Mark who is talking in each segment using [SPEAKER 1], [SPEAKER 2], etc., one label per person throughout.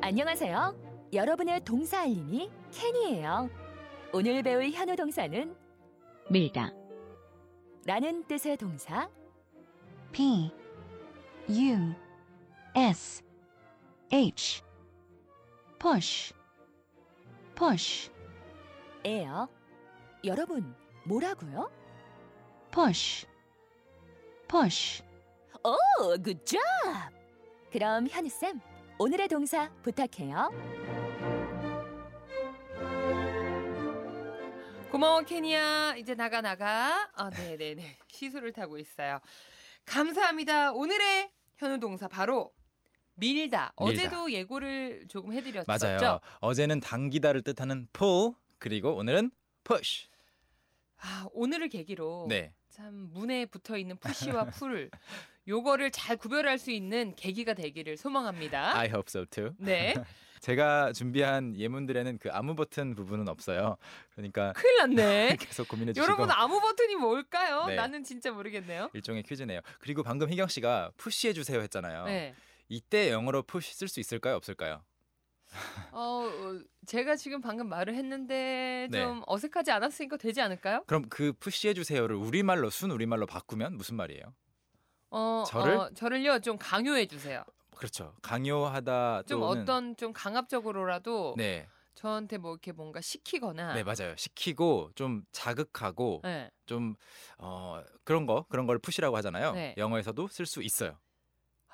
[SPEAKER 1] 안녕하세요. 여러분의 동사 알림이 캔이에요. 오늘 배울 현우 동사는
[SPEAKER 2] 밀다
[SPEAKER 1] 라는 뜻의 동사
[SPEAKER 2] P U S H push push
[SPEAKER 1] 예요. 여러분, 뭐라고요?
[SPEAKER 2] push push
[SPEAKER 1] 오, 굿잡! 그럼 현우쌤, 오늘의 동사 부탁해요.
[SPEAKER 3] 고마워 케니야 이제 나가 나가 아 네네네 시술을 타고 있어요 감사합니다 오늘의 현우 동사 바로 밀다 어제도 예고를 조금 해드렸었죠
[SPEAKER 4] 맞아요. 어제는 당기다를 뜻하는 pull 그리고 오늘은 push.
[SPEAKER 3] 아 오늘을 계기로
[SPEAKER 4] 네.
[SPEAKER 3] 참 문에 붙어있는 푸시와 풀 요거를 잘 구별할 수 있는 계기가 되기를 소망합니다
[SPEAKER 4] I hope so too.
[SPEAKER 3] 네
[SPEAKER 4] 제가 준비한 예문들에는 그 아무 버튼 부분은 없어요. 그러니까
[SPEAKER 3] 큰일 났네
[SPEAKER 4] 계속 고민해 주시고
[SPEAKER 3] 여러분 아무 버튼이 뭘까요
[SPEAKER 4] 네.
[SPEAKER 3] 나는 진짜 모르겠네요
[SPEAKER 4] 일종의 퀴즈네요. 그리고 방금 희경 씨가 푸시해 주세요 했잖아요.
[SPEAKER 3] 네.
[SPEAKER 4] 이때 영어로 push 쓸 수 있을까요, 없을까요?
[SPEAKER 3] 어, 어, 제가 지금 방금 말을 했는데
[SPEAKER 4] 네.
[SPEAKER 3] 좀 어색하지 않았으니까 되지 않을까요?
[SPEAKER 4] 그럼 그 푸시해 주세요를 우리말로 순 우리말로 바꾸면 무슨 말이에요?
[SPEAKER 3] 어,
[SPEAKER 4] 저를?
[SPEAKER 3] 어, 저를요 좀 강요해 주세요.
[SPEAKER 4] 그렇죠. 강요하다
[SPEAKER 3] 좀
[SPEAKER 4] 또는
[SPEAKER 3] 어떤 좀 강압적으로라도
[SPEAKER 4] 네.
[SPEAKER 3] 저한테 뭐 이렇게 뭔가 시키거나
[SPEAKER 4] 네, 맞아요. 시키고 좀 자극하고
[SPEAKER 3] 네.
[SPEAKER 4] 좀 어, 그런 거 그런 걸 푸시라고 하잖아요.
[SPEAKER 3] 네.
[SPEAKER 4] 영어에서도 쓸 수 있어요.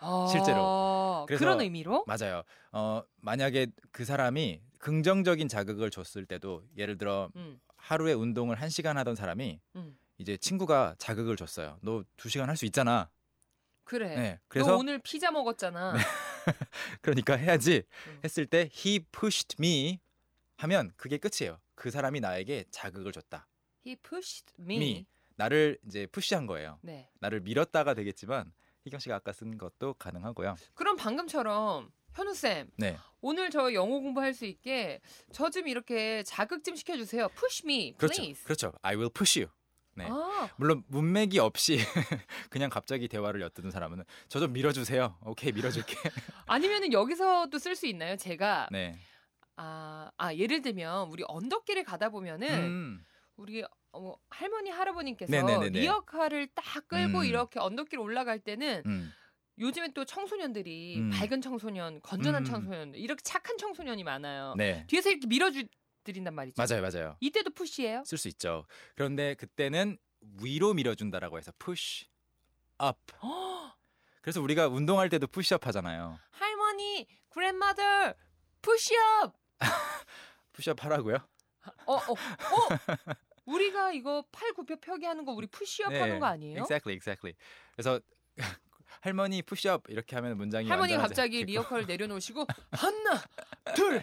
[SPEAKER 3] 어,
[SPEAKER 4] 아, 실제로. 그래서-
[SPEAKER 3] 그런 의미로
[SPEAKER 4] 맞아요. 어, 만약에 그 사람이 긍정적인 자극을 줬을 때도 예를 들어
[SPEAKER 3] 음,
[SPEAKER 4] 하루에 운동을 1시간 하던 사람이
[SPEAKER 3] 음.
[SPEAKER 4] 이제 친구가 자극을 줬어요. 너 2시간 할 수 있잖아.
[SPEAKER 3] 그래.
[SPEAKER 4] 네. 그래서 네.
[SPEAKER 3] 너 오늘 피자 먹었잖아.
[SPEAKER 4] 그러니까 해야지
[SPEAKER 3] 음.
[SPEAKER 4] 했을 때 he pushed me 하면 그게 끝이에요. 그 사람이 나에게 자극을 줬다.
[SPEAKER 3] He pushed me.
[SPEAKER 4] Me. 나를 이제 푸시한 거예요.
[SPEAKER 3] 네.
[SPEAKER 4] 나를 밀었다가 되겠지만 희경 씨가 아까 쓴 것도 가능하고요.
[SPEAKER 3] 그럼 방금처럼 현우 쌤
[SPEAKER 4] 네.
[SPEAKER 3] 오늘 저 영어 공부할 수 있게 저 좀 이렇게 자극 좀 시켜주세요. Push me,
[SPEAKER 4] 그렇죠.
[SPEAKER 3] please.
[SPEAKER 4] 그렇죠. I will push you. 네.
[SPEAKER 3] 아,
[SPEAKER 4] 물론 문맥이 없이 그냥 갑자기 대화를 엿드는 사람은 저 좀 밀어주세요. 오케이 밀어줄게.
[SPEAKER 3] 아니면은 여기서도 쓸 수 있나요? 제가
[SPEAKER 4] 네.
[SPEAKER 3] 아, 아 예를 들면 우리 언덕길을 가다 보면은
[SPEAKER 4] 음,
[SPEAKER 3] 우리 어, 할머니 할아버님께서
[SPEAKER 4] 네네네네.
[SPEAKER 3] 리어카를 딱 끌고
[SPEAKER 4] 음.
[SPEAKER 3] 이렇게 언덕길 올라갈 때는
[SPEAKER 4] 음.
[SPEAKER 3] 요즘에 또 청소년들이
[SPEAKER 4] 음.
[SPEAKER 3] 밝은 청소년, 건전한
[SPEAKER 4] 음.
[SPEAKER 3] 청소년 이렇게 착한 청소년이 많아요.
[SPEAKER 4] 네.
[SPEAKER 3] 뒤에서 이렇게 밀어주 드린단 말이죠.
[SPEAKER 4] 맞아요, 맞아요.
[SPEAKER 3] 이때도 푸시예요?
[SPEAKER 4] 쓸 수 있죠. 그런데 그때는 위로 밀어준다라고 해서 push up.
[SPEAKER 3] 어,
[SPEAKER 4] 그래서 우리가 운동할 때도 push업 하잖아요.
[SPEAKER 3] 할머니, 그랜마더 푸시업.
[SPEAKER 4] push업 하라고요?
[SPEAKER 3] 어, 어, 어. 우리가 이거 팔 굽혀 펴기 하는 거 우리 푸시업
[SPEAKER 4] 네.
[SPEAKER 3] 하는 거 아니에요?
[SPEAKER 4] Exactly, exactly. 그래서 할머니 push업 이렇게 하면 문장이
[SPEAKER 3] 할머니가
[SPEAKER 4] 완전하지
[SPEAKER 3] 갑자기
[SPEAKER 4] 않겠고.
[SPEAKER 3] 리어카를 내려놓으시고 하나 둘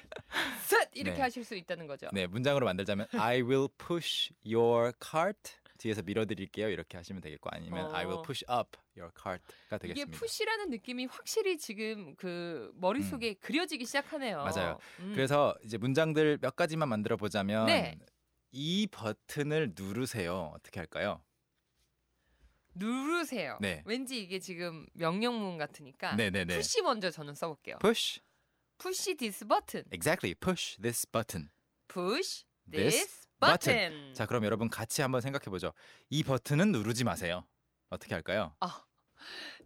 [SPEAKER 3] 셋 이렇게
[SPEAKER 4] 네.
[SPEAKER 3] 하실 수 있다는 거죠.
[SPEAKER 4] 네 문장으로 만들자면 I will push your cart 뒤에서 밀어드릴게요 이렇게 하시면 되겠고 아니면
[SPEAKER 3] 어.
[SPEAKER 4] I will push up your cart가
[SPEAKER 3] 이게
[SPEAKER 4] 되겠습니다.
[SPEAKER 3] 푸시라는 느낌이 확실히 지금 그 머릿속에 그려지기 시작하네요.
[SPEAKER 4] 음. 맞아요.
[SPEAKER 3] 음.
[SPEAKER 4] 그래서 이제 문장들 몇 가지만 만들어 보자면
[SPEAKER 3] 네.
[SPEAKER 4] 이 버튼을 누르세요 어떻게 할까요?
[SPEAKER 3] 누르세요.
[SPEAKER 4] 네.
[SPEAKER 3] 왠지 이게 지금 명령문 같으니까
[SPEAKER 4] 네네네.
[SPEAKER 3] 푸시 먼저 저는 써볼게요.
[SPEAKER 4] push
[SPEAKER 3] 푸시 디스 버튼.
[SPEAKER 4] exactly push this button.
[SPEAKER 3] 푸시
[SPEAKER 4] This
[SPEAKER 3] 디스 버튼.
[SPEAKER 4] 자 그럼 여러분 같이 한번 생각해 보죠. 이 버튼은 누르지 마세요. 어떻게 할까요?
[SPEAKER 3] 아,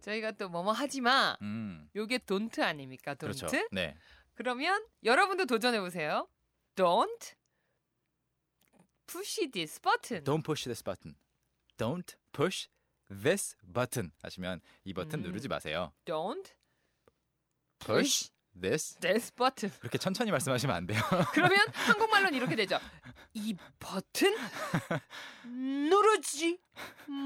[SPEAKER 3] 저희가 또 뭐뭐 하지 마.
[SPEAKER 4] 음
[SPEAKER 3] 요게 돈트 아닙니까? 돈트?
[SPEAKER 4] 그렇죠. 네
[SPEAKER 3] 그러면 여러분도 도전해 보세요. Don't push this button.
[SPEAKER 4] don't push this button. Don't push this button 하시면 이 버튼
[SPEAKER 3] 음.
[SPEAKER 4] 누르지 마세요.
[SPEAKER 3] Don't
[SPEAKER 4] push this
[SPEAKER 3] this button.
[SPEAKER 4] 그렇게 천천히 말씀하시면 안 돼요.
[SPEAKER 3] 그러면 한국말로는 이렇게 되죠. 이 버튼 누르지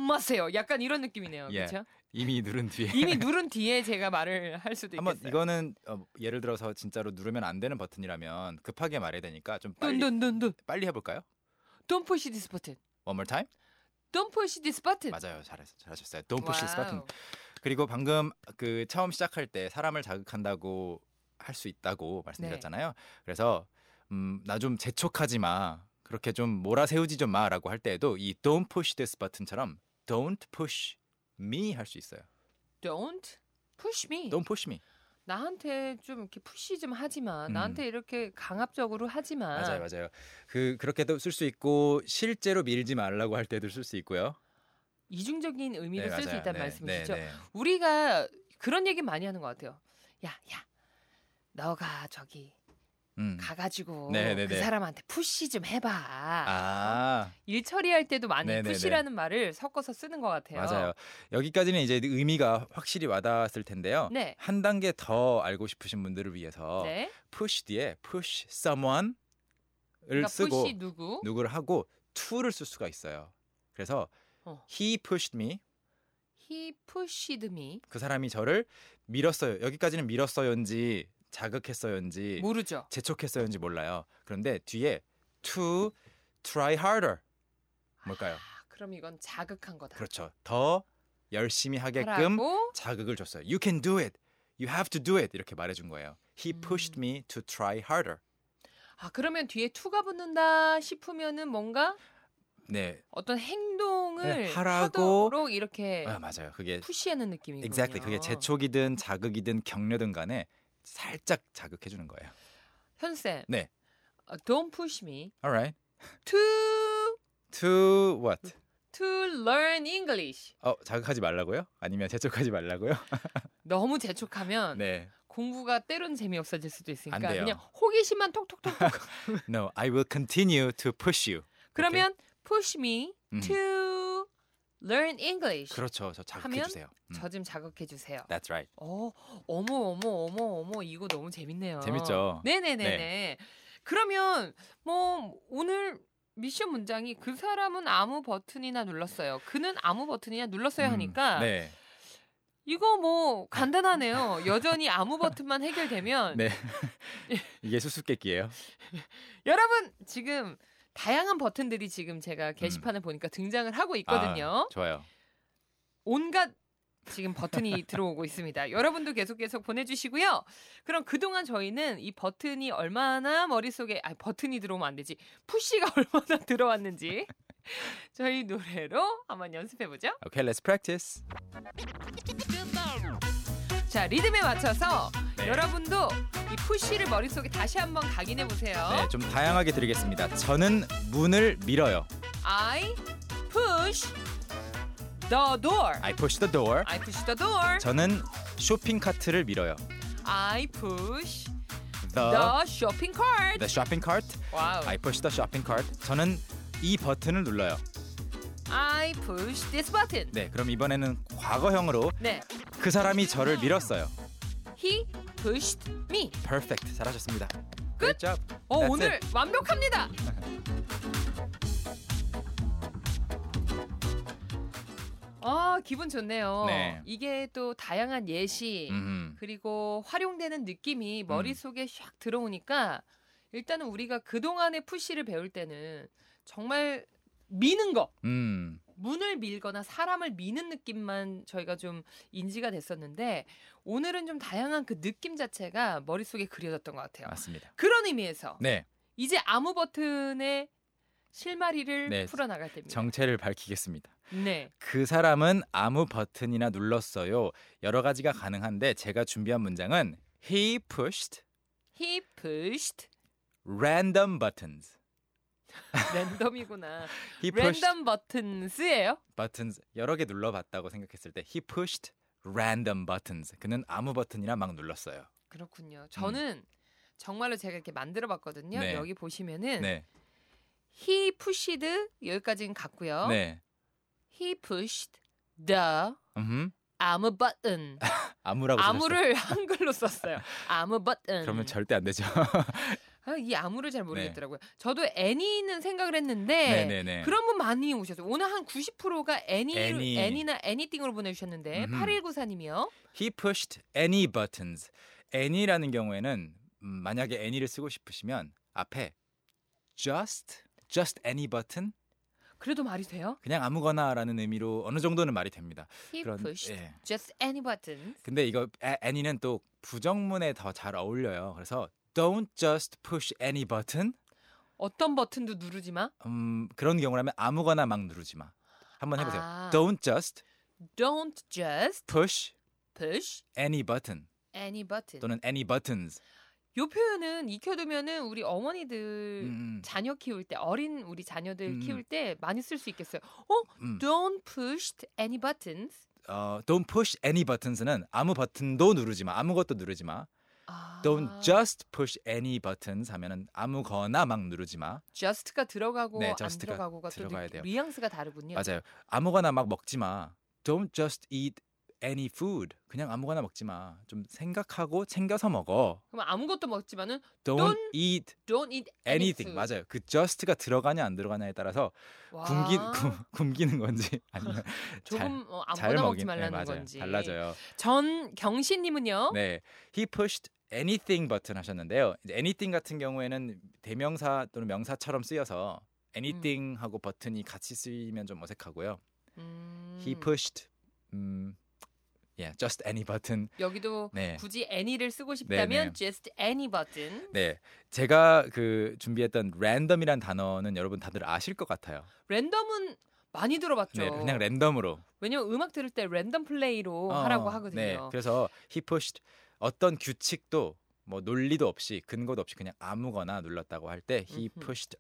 [SPEAKER 3] 마세요. 약간 이런 느낌이네요.
[SPEAKER 4] 예.
[SPEAKER 3] 그렇죠?
[SPEAKER 4] 이미 누른 뒤에.
[SPEAKER 3] 이미 누른 뒤에 제가 말을 할 수도
[SPEAKER 4] 한번
[SPEAKER 3] 있겠어요.
[SPEAKER 4] 이거는 어, 예를 들어서 진짜로 누르면 안 되는 버튼이라면 급하게 말해야 되니까 좀 빨리
[SPEAKER 3] 돈돈돈돈.
[SPEAKER 4] 빨리 해볼까요?
[SPEAKER 3] Don't push this button.
[SPEAKER 4] One more time.
[SPEAKER 3] Don't push this button.
[SPEAKER 4] 맞아요, 잘하, 잘하셨어요. Don't push this
[SPEAKER 3] 와우.
[SPEAKER 4] button. 그리고 방금 그 처음 시작할 때 사람을 자극한다고 할 수 있다고 말씀드렸잖아요. 그래서 음, 나 좀 재촉하지 마. 그렇게 좀 몰아세우지 좀 마라고 할 때에도 이 Don't push this button처럼 Don't push me 할 수 있어요.
[SPEAKER 3] Don't push me.
[SPEAKER 4] Don't push me.
[SPEAKER 3] 나한테 좀 이렇게 푸시 좀 하지마.
[SPEAKER 4] 음.
[SPEAKER 3] 나한테 이렇게 강압적으로 하지마.
[SPEAKER 4] 맞아요, 맞아요. 그 그렇게도 쓸 수 있고 실제로 밀지 말라고 할 때도 쓸 수 있고요.
[SPEAKER 3] 이중적인 의미로 쓸 수
[SPEAKER 4] 맞아요.
[SPEAKER 3] 있다는
[SPEAKER 4] 네,
[SPEAKER 3] 말씀이시죠.
[SPEAKER 4] 네, 네.
[SPEAKER 3] 우리가 그런 얘기 많이 하는 것 같아요. 야, 야, 너가 저기
[SPEAKER 4] 음.
[SPEAKER 3] 가가지고
[SPEAKER 4] 네, 네,
[SPEAKER 3] 그
[SPEAKER 4] 네.
[SPEAKER 3] 사람한테 푸시 좀 해봐.
[SPEAKER 4] 아,
[SPEAKER 3] 일 처리할 때도 많이
[SPEAKER 4] 네, 네, 네.
[SPEAKER 3] 푸시라는 말을 섞어서 쓰는 것 같아요.
[SPEAKER 4] 맞아요. 여기까지는 이제 의미가 확실히 와닿았을 텐데요.
[SPEAKER 3] 네.
[SPEAKER 4] 한 단계 더 알고 싶으신 분들을 위해서
[SPEAKER 3] 네.
[SPEAKER 4] push 뒤에 push someone을
[SPEAKER 3] 그러니까
[SPEAKER 4] 쓰고
[SPEAKER 3] 푸시 누구?
[SPEAKER 4] 누구를 하고 to를 쓸 수가 있어요. 그래서
[SPEAKER 3] 어.
[SPEAKER 4] he pushed me
[SPEAKER 3] He pushed me.
[SPEAKER 4] 그 사람이 저를 밀었어요. 여기까지는 밀었어요인지 자극했어요인지
[SPEAKER 3] 모르죠.
[SPEAKER 4] 재촉했어요인지 몰라요. 그런데 뒤에 to try harder 뭘까요?
[SPEAKER 3] 아, 그럼 이건 자극한 거다.
[SPEAKER 4] 그렇죠. 더 열심히 하게끔
[SPEAKER 3] 하라고
[SPEAKER 4] 자극을 줬어요. You can do it. You have to do it. 이렇게 말해준 거예요. He
[SPEAKER 3] 음.
[SPEAKER 4] pushed me to try harder.
[SPEAKER 3] 아 그러면 뒤에 투가 붙는다 싶으면은 뭔가
[SPEAKER 4] 네,
[SPEAKER 3] 어떤 행동을
[SPEAKER 4] 네, 하라고.
[SPEAKER 3] 하도록 이렇게
[SPEAKER 4] 아, 맞아요. 그게
[SPEAKER 3] 푸시하는 느낌이군요.
[SPEAKER 4] exactly 그게 재촉이든 자극이든 격려든 간에 살짝 자극해주는 거예요.
[SPEAKER 3] 현쌤.
[SPEAKER 4] 네.
[SPEAKER 3] 어, Don't push me
[SPEAKER 4] Alright.
[SPEAKER 3] to
[SPEAKER 4] To what?
[SPEAKER 3] to learn English.
[SPEAKER 4] 어 자극하지 말라고요? 아니면 재촉하지 말라고요?
[SPEAKER 3] 너무 재촉하면
[SPEAKER 4] 네.
[SPEAKER 3] 공부가 때론 재미없어질 수도 있으니까
[SPEAKER 4] 안 돼요.
[SPEAKER 3] 그냥 호기심만 톡톡톡톡.
[SPEAKER 4] No, I will continue to push you.
[SPEAKER 3] 그러면 push me
[SPEAKER 4] 음.
[SPEAKER 3] to learn English.
[SPEAKER 4] 그렇죠. 저
[SPEAKER 3] 하면
[SPEAKER 4] 자극해주세요. 음.
[SPEAKER 3] 저 좀 자극해 주세요.
[SPEAKER 4] That's right.
[SPEAKER 3] 어, 어머 어머 어머 어머 이거 너무 재밌네요.
[SPEAKER 4] 재밌죠?
[SPEAKER 3] 네네네네. 그러면 뭐 오늘 미션 문장이 그 사람은 아무 버튼이나 눌렀어요. 그는 아무 버튼이나 눌렀어요
[SPEAKER 4] 음,
[SPEAKER 3] 하니까
[SPEAKER 4] 네.
[SPEAKER 3] 이거 뭐 간단하네요. 여전히 아무 버튼만 해결되면
[SPEAKER 4] 네. 이게 수수께끼예요.
[SPEAKER 3] 어? 여러분 지금 다양한 버튼들이 지금 제가 게시판을 보니까 등장을 하고 있거든요.
[SPEAKER 4] 음. 아, 좋아요.
[SPEAKER 3] 온갖 지금 버튼이 들어오고 있습니다. 여러분도 계속 계속 보내주시고요. 그럼 그동안 저희는 이 버튼이 얼마나 머릿속에, 아, 버튼이 들어오면 안 되지. 푸시가 얼마나 들어왔는지 저희 노래로 한번 연습해보죠.
[SPEAKER 4] Okay, let's practice.
[SPEAKER 3] 자, 리듬에 맞춰서
[SPEAKER 4] 네.
[SPEAKER 3] 여러분도 이 푸시를 머릿속에 다시 한번 각인해보세요.
[SPEAKER 4] 네, 좀 다양하게 드리겠습니다. 저는 문을 밀어요.
[SPEAKER 3] I push the door.
[SPEAKER 4] I push the door.
[SPEAKER 3] I push the door.
[SPEAKER 4] 저는 쇼핑 카트를 밀어요.
[SPEAKER 3] I push
[SPEAKER 4] The
[SPEAKER 3] the shopping cart.
[SPEAKER 4] the shopping cart.
[SPEAKER 3] 와우.
[SPEAKER 4] 어. 네, I push the shopping cart. 저는 이 버튼을 눌러요.
[SPEAKER 3] I push this button.
[SPEAKER 4] 네, 그럼 이번에는 과거형으로
[SPEAKER 3] 네.
[SPEAKER 4] 그 사람이 저를 밀었어요.
[SPEAKER 3] He pushed me.
[SPEAKER 4] Perfect. 잘하셨습니다. Good job.
[SPEAKER 3] 어,
[SPEAKER 4] That's
[SPEAKER 3] 오늘
[SPEAKER 4] it.
[SPEAKER 3] 완벽합니다. 아, 기분 좋네요.
[SPEAKER 4] 네.
[SPEAKER 3] 이게 또 다양한 예시
[SPEAKER 4] 음.
[SPEAKER 3] 그리고 활용되는 느낌이 머릿속에 샥 들어오니까 일단은 우리가 그동안의 푸시를 배울 때는 정말 미는 거
[SPEAKER 4] 음.
[SPEAKER 3] 문을 밀거나 사람을 미는 느낌만 저희가 좀 인지가 됐었는데 오늘은 좀 다양한 그 느낌 자체가 머릿속에 그려졌던 것 같아요.
[SPEAKER 4] 맞습니다.
[SPEAKER 3] 그런 의미에서
[SPEAKER 4] 네.
[SPEAKER 3] 이제 아무 버튼의 실마리를
[SPEAKER 4] 네,
[SPEAKER 3] 풀어나갈 때입니다.
[SPEAKER 4] 정체를 밝히겠습니다.
[SPEAKER 3] 네.
[SPEAKER 4] 그 사람은 아무 버튼이나 눌렀어요. 여러 가지가 가능한데 제가 준비한 문장은 he pushed
[SPEAKER 3] He pushed
[SPEAKER 4] random buttons.
[SPEAKER 3] 랜덤이구나.
[SPEAKER 4] he pushed
[SPEAKER 3] 랜덤 버튼스예요?
[SPEAKER 4] buttons 여러 개 눌러봤다고 생각했을 때 he pushed random buttons. 그는 아무 버튼이나 막 눌렀어요.
[SPEAKER 3] 그렇군요. 저는 정말로 제가 이렇게 만들어 봤거든요.
[SPEAKER 4] 음. 네.
[SPEAKER 3] 여기 보시면은
[SPEAKER 4] 네.
[SPEAKER 3] he pushed 여기까지는 같고요.
[SPEAKER 4] 네.
[SPEAKER 3] he pushed the
[SPEAKER 4] 음.
[SPEAKER 3] 아무 버튼
[SPEAKER 4] 아무라고 쓰셨어요.
[SPEAKER 3] 아무를 한글로 썼어요. 아무 버튼.
[SPEAKER 4] 그러면 절대 안 되죠.
[SPEAKER 3] 아, 이 아무를 잘 모르겠더라고요. 저도 애니는 생각을 했는데
[SPEAKER 4] 네, 네, 네.
[SPEAKER 3] 그런 분 많이 오셨어요. 오늘 한 90%가 애니,
[SPEAKER 4] 애니.
[SPEAKER 3] 애니나 애니띵으로 보내주셨는데
[SPEAKER 4] 음흠.
[SPEAKER 3] 8194님이요.
[SPEAKER 4] He pushed any buttons. any라는 경우에는 음, 만약에 any를 쓰고 싶으시면 앞에 just just any button
[SPEAKER 3] 그래도 말이 돼요?
[SPEAKER 4] 그냥 아무거나라는 의미로 어느 정도는 말이 됩니다.
[SPEAKER 3] He pushed
[SPEAKER 4] 예.
[SPEAKER 3] just any button.
[SPEAKER 4] 근데 이거 a- any는 또 부정문에 더 잘 어울려요. 그래서 don't just push any button
[SPEAKER 3] 어떤 버튼도 누르지 마.
[SPEAKER 4] 음, 그런 경우라면 아무거나 막 누르지 마. 한번 해보세요.
[SPEAKER 3] 아.
[SPEAKER 4] Don't just
[SPEAKER 3] Don't just
[SPEAKER 4] push
[SPEAKER 3] push
[SPEAKER 4] any button.
[SPEAKER 3] any button.
[SPEAKER 4] 또는 any buttons.
[SPEAKER 3] 요 표현은 익혀두면은 우리 어머니들
[SPEAKER 4] 음,
[SPEAKER 3] 자녀 키울 때 어린 우리 자녀들
[SPEAKER 4] 음.
[SPEAKER 3] 키울 때 많이 쓸 수 있겠어요.
[SPEAKER 4] 음, 음.
[SPEAKER 3] Don't push any buttons.
[SPEAKER 4] 어, don't push any buttons는 아무 버튼도 누르지 마. 아무것도 누르지 마.
[SPEAKER 3] 아,
[SPEAKER 4] Don't just push any buttons 하면은 아무거나 막 누르지 마.
[SPEAKER 3] just가 들어가고
[SPEAKER 4] 네,
[SPEAKER 3] 안
[SPEAKER 4] just가
[SPEAKER 3] 들어가고가 또
[SPEAKER 4] 들어가야
[SPEAKER 3] 느낌-
[SPEAKER 4] 돼요.
[SPEAKER 3] 뉘앙스가 다르군요.
[SPEAKER 4] 맞아요. 아무거나 막 먹지 마. Don't just eat any food. 그냥 아무거나 먹지 마. 좀 생각하고 챙겨서 먹어.
[SPEAKER 3] 그럼 아무것도 먹지만은
[SPEAKER 4] Don't,
[SPEAKER 3] Don't
[SPEAKER 4] eat
[SPEAKER 3] don't eat
[SPEAKER 4] anything.
[SPEAKER 3] anything.
[SPEAKER 4] 맞아요. 그 just가 들어가냐 안 들어가냐에 따라서
[SPEAKER 3] 와,
[SPEAKER 4] 굶기 굶, 굶기는 건지 아니면
[SPEAKER 3] 아. 조금 어,
[SPEAKER 4] 잘, 잘
[SPEAKER 3] 아무거나 먹지
[SPEAKER 4] 먹인 예,
[SPEAKER 3] 말라는
[SPEAKER 4] 맞아요.
[SPEAKER 3] 건지 어?
[SPEAKER 4] 달라져요.
[SPEAKER 3] 전 경신님은요.
[SPEAKER 4] 네, he pushed anything 버튼 하셨는데요. 이제 anything 같은 경우에는 대명사 또는 명사처럼
[SPEAKER 3] 음.
[SPEAKER 4] 쓰여서 anything 하고 버튼이 같이 쓰이면 좀 어색하고요.
[SPEAKER 3] 음,
[SPEAKER 4] He pushed, 음, yeah, just any button.
[SPEAKER 3] 여기도
[SPEAKER 4] 네,
[SPEAKER 3] 굳이 any를 쓰고
[SPEAKER 4] 네, 네.
[SPEAKER 3] 싶다면 just any button.
[SPEAKER 4] 네, 제가 그 준비했던 random이란 단어는 여러분 다들 아실 것 같아요.
[SPEAKER 3] 랜덤은 많이 들어봤죠.
[SPEAKER 4] 네, 그냥 랜덤으로
[SPEAKER 3] 왜냐면 음악 들을 때 랜덤 플레이로
[SPEAKER 4] 어,
[SPEAKER 3] 뭐 하라고
[SPEAKER 4] 어,
[SPEAKER 3] 하거든요.
[SPEAKER 4] 네, 그래서 he pushed 어떤 규칙도 뭐 논리도 없이 근거도 없이 그냥 아무거나 눌렀다고 할 때 he
[SPEAKER 3] 음흠.
[SPEAKER 4] pushed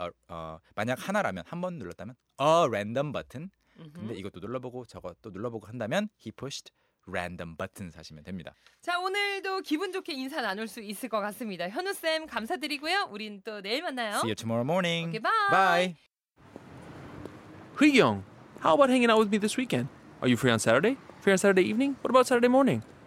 [SPEAKER 4] 어, 어, 만약 하나라면 한 번 눌렀다면 a random button
[SPEAKER 3] 음흠.
[SPEAKER 4] 그- 근데 이것도 눌러보고 저것도 눌러보고 한다면 he pushed random button 하시면 됩니다.
[SPEAKER 3] 자 오늘도 기분 좋게 인사 나눌 수 있을 것 같습니다. 현우 쌤 감사드리고요. 우린 또 내일 만나요.
[SPEAKER 4] See you 음, tomorrow morning.
[SPEAKER 3] Okay, bye.
[SPEAKER 4] bye.
[SPEAKER 5] Young, how about hanging out with me this weekend? Are you free on Saturday? Free on Saturday evening? What about Saturday morning?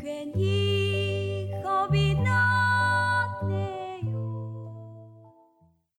[SPEAKER 6] 괜히